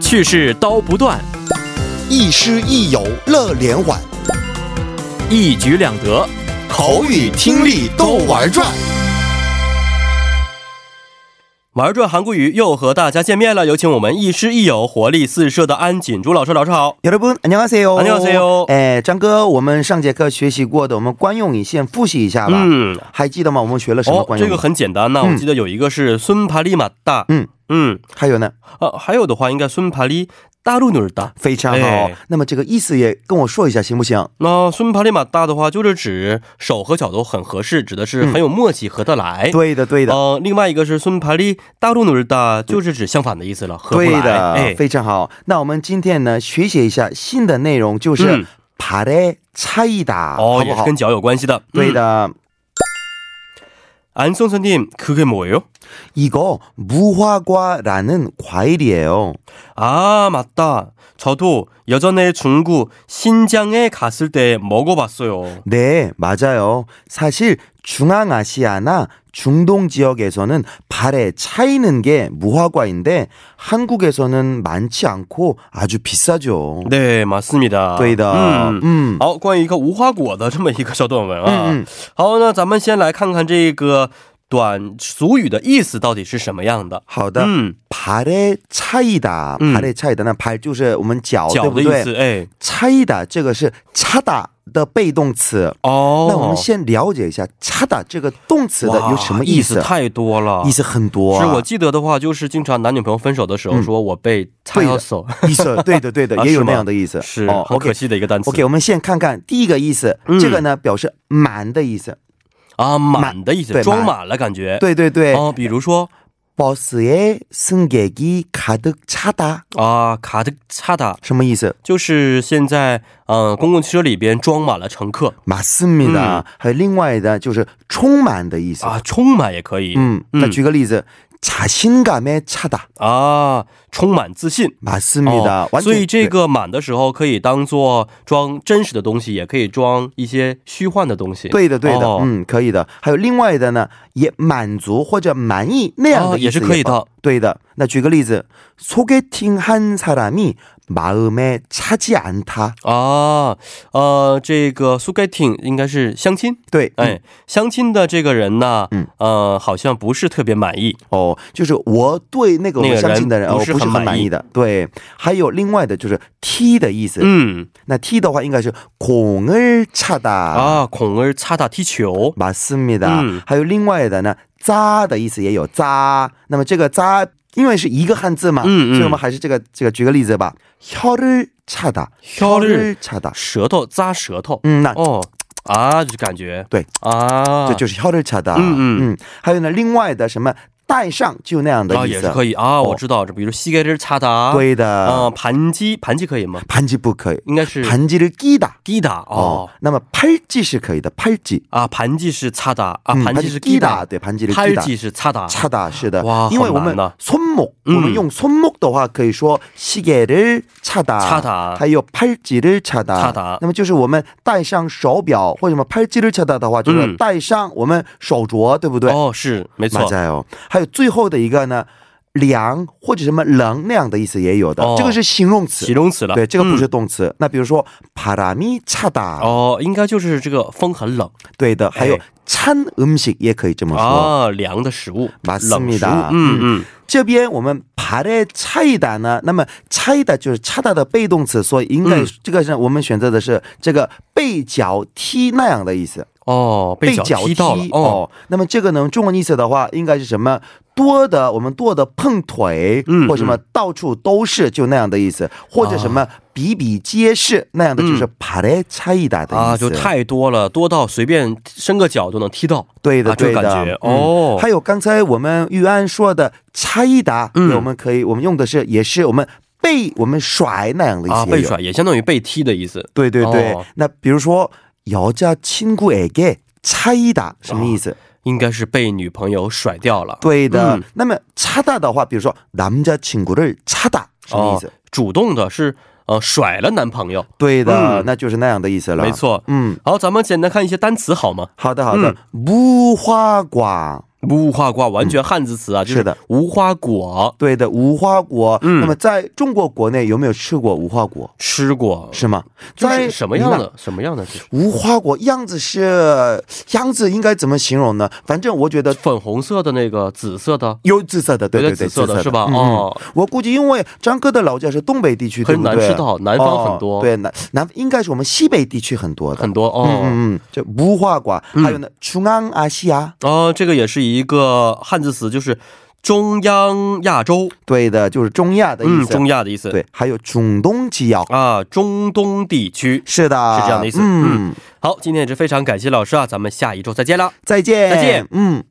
去世刀不断，亦师亦友乐连环，一举两得。口语听力都玩转。玩转韩国语又和大家见面了，有请我们亦师亦友、活力四射的安锦珠老师。老师好， 여러분 안녕하세요. 안녕하세요. 哦哎，张哥，我们上节课学习过的，我们惯用语先复习一下吧。嗯，还记得吗？我们学了什么哦，惯这用语？个很简单呐、嗯我记得有一个是孙帕利马大，嗯嗯，还有呢，呃，还有的话应该孙帕利大路努尔大。非常好、哎那么这个意思也跟我说一下行不行？那孙帕利马大的话，就是指手和脚都很合适，指的是很有默契，合得来。嗯对的，对的，呃，另外一个是孙帕利大路努尔大，就是指相反的意思了，合不对来。的、哎，非常好。那我们今天呢，学习一下新的内容，就是嗯爬的差异打，哦好，也不是好？跟脚有关系的。对嗯的， 안선생님그게뭐예요 이거무화과라는 과일이에요. 아 맞다. 저도 예전에 중국 신장에 갔을 때 먹어봤어요. 네, 맞아요. 사실 중앙아시아나 중동 지역에서는 발에 차이는 게 무화과인데 한국에서는 많지 않고 아주 비싸죠. 네 맞습니다. 对的， 음. 嗯，好，关于一个无花果的这么一个小短文啊。嗯嗯好，那咱们先来看看这个短俗语的意思到底是什么样的。好的，嗯， 발의 차이다， 嗯 발의 차이다，那발就是我们脚，脚对不的意对？思，哎， 차이다这个是차다的被动词。哦，那我们先了解一下차다这个动词的哇有什么意意思？太多了，意思很多、啊。是我记得的话，就是经常男女朋友分手的时候，嗯说我被擦对的手，意思，对的，对的啊，也是有吗那样的意思。是哦很可，OK。惜的一个单词。 OK，我们先看看第一个意思，嗯这个呢表示满的意思。啊，满的意思，对装满满了感觉。对对对，哦，比如说 버스에승객이가득차다 啊，卡的擦的，什么意思？就是现在嗯、呃公共汽车里边装满了乘客 맞습니다 嗯。还有另外的就是充满的意思。啊，充满也可以。嗯，那举个例子，자신감에차다 啊，充满自信。哦 맞습니다。完全嗯所以这对个满的时候可以当做装真实的东西，也可以装一些虚幻的东西。对的对的哦，嗯，可以的。还有另外的呢，也满足或者满意那样哦的意思也是可以的。对的。那举个例子，소개팅한사람이마음에차지않다。 啊，呃，这个苏盖挺应该是相亲，对，嗯哎，相亲的这个人呢，嗯，呃，好像不是特别满意。哦，就是我对那个那个我人相信的人，不我是不是很很满满意意的。对，还有另外的就是踢的意思。嗯，那踢的话应该是공을차다啊，啊，孔儿擦打踢球， 맞습니다。 嗯还有另外的呢，扎的意思也有扎。那么这个扎，因为是一个汉字嘛，嗯嗯所以我们还是这个这个举个例子吧，혀를차다， 혀를 차다。 舌头扎舌头，嗯，那哦，啊，就感觉对啊，这就是혀를차다。 嗯嗯嗯，还有呢，另外的什么带上就那样的啊意也思，是可以啊，我哦知道，这比如膝盖这儿擦打，对的。啊，盘鸡盘鸡可以吗？盘지不可以，应该是盘지를끼다。 滴打哦哦，，那么 어, 팔찌是可以的，팔찌 음, 啊，盘鸡是擦打啊，嗯盘鸡是滴打，对，盘鸡的拍 다 네, 鸡是擦打， 차다是的哇，因为我好难们呐 손목，我嗯们用손목的话可以说시계를차다， 차다 还有팔찌를차다， 차다 那么就是我们戴上手表或者什么팔찌를차다的话，就是嗯戴上我们手镯，对不对？哦，是没错， 맞아요还有最后的一个呢，凉或者什么冷那样的意思也有的哦，这个是形容词形，容词了，对，这个不嗯是动词。那比如说바람이차다， 哦，应该就是这个风很冷对的，还有哎 찬 음식也可以这么说。啊，凉的食物， 맞습 冷 니 食物 다， 嗯嗯，这边我们爬的差一打呢，那么差一打就是差大的被动词，所以应该、嗯这个是我们选择的是这个被脚踢那样的意思，哦，被脚踢到了，哦，哦那么这个呢，中文意思的话，应该是什么？多的，我们多的碰腿，嗯啊或什么到处都是，就那样的意思，或者什么比比皆是那样的，就是爬的差一打的意思。啊，就太多了，多到随便伸个脚都能踢到。对的，啊这对个的，感觉嗯哦还有刚才我们玉安说的差异达，嗯那我们可以，我们用的是也是我们被我们甩那样的意思、啊，被，甩也相当于被踢的意思。对对对。哦那比如说姚家亲姑에게差异达什么意思？应该是被女朋友甩掉了。对的。啊嗯那么差大的话，比如说남자친구를差大什么意思？哦主动的是呃甩了男朋友，对的、嗯那就是那样的意思了。没。错。嗯，好，咱们简单看一些单词好吗？好的好的。无花瓜，无花瓜完全汉字词啊，就是嗯的，无花果对的，无花果。嗯那么在中国国内有没有吃过无花果？吃过，是吗？就是在什么样云南的什么样的这是无花果样子是样子应该怎么形容呢？反正我觉得粉红色的那个紫色的，有紫色的，对有对点对，紫色的是吧嗯哦我估计因为张哥的老家是东北地区，对很不难对？吃到，南方很多、哦对南南应该是我们西北地区很多的，很多哦。嗯嗯嗯，这无花果，嗯还有呢，中央阿西啊亚，哦，这个也是一个汉字词，就是中央亚洲，对的，就是中亚的意嗯，思，中亚的意思。对，还有中东基药，啊，中东地区是的，是这样的意思。嗯，好，今天也是非常感谢老师啊，咱们下一周再见啦。再见，再见，嗯。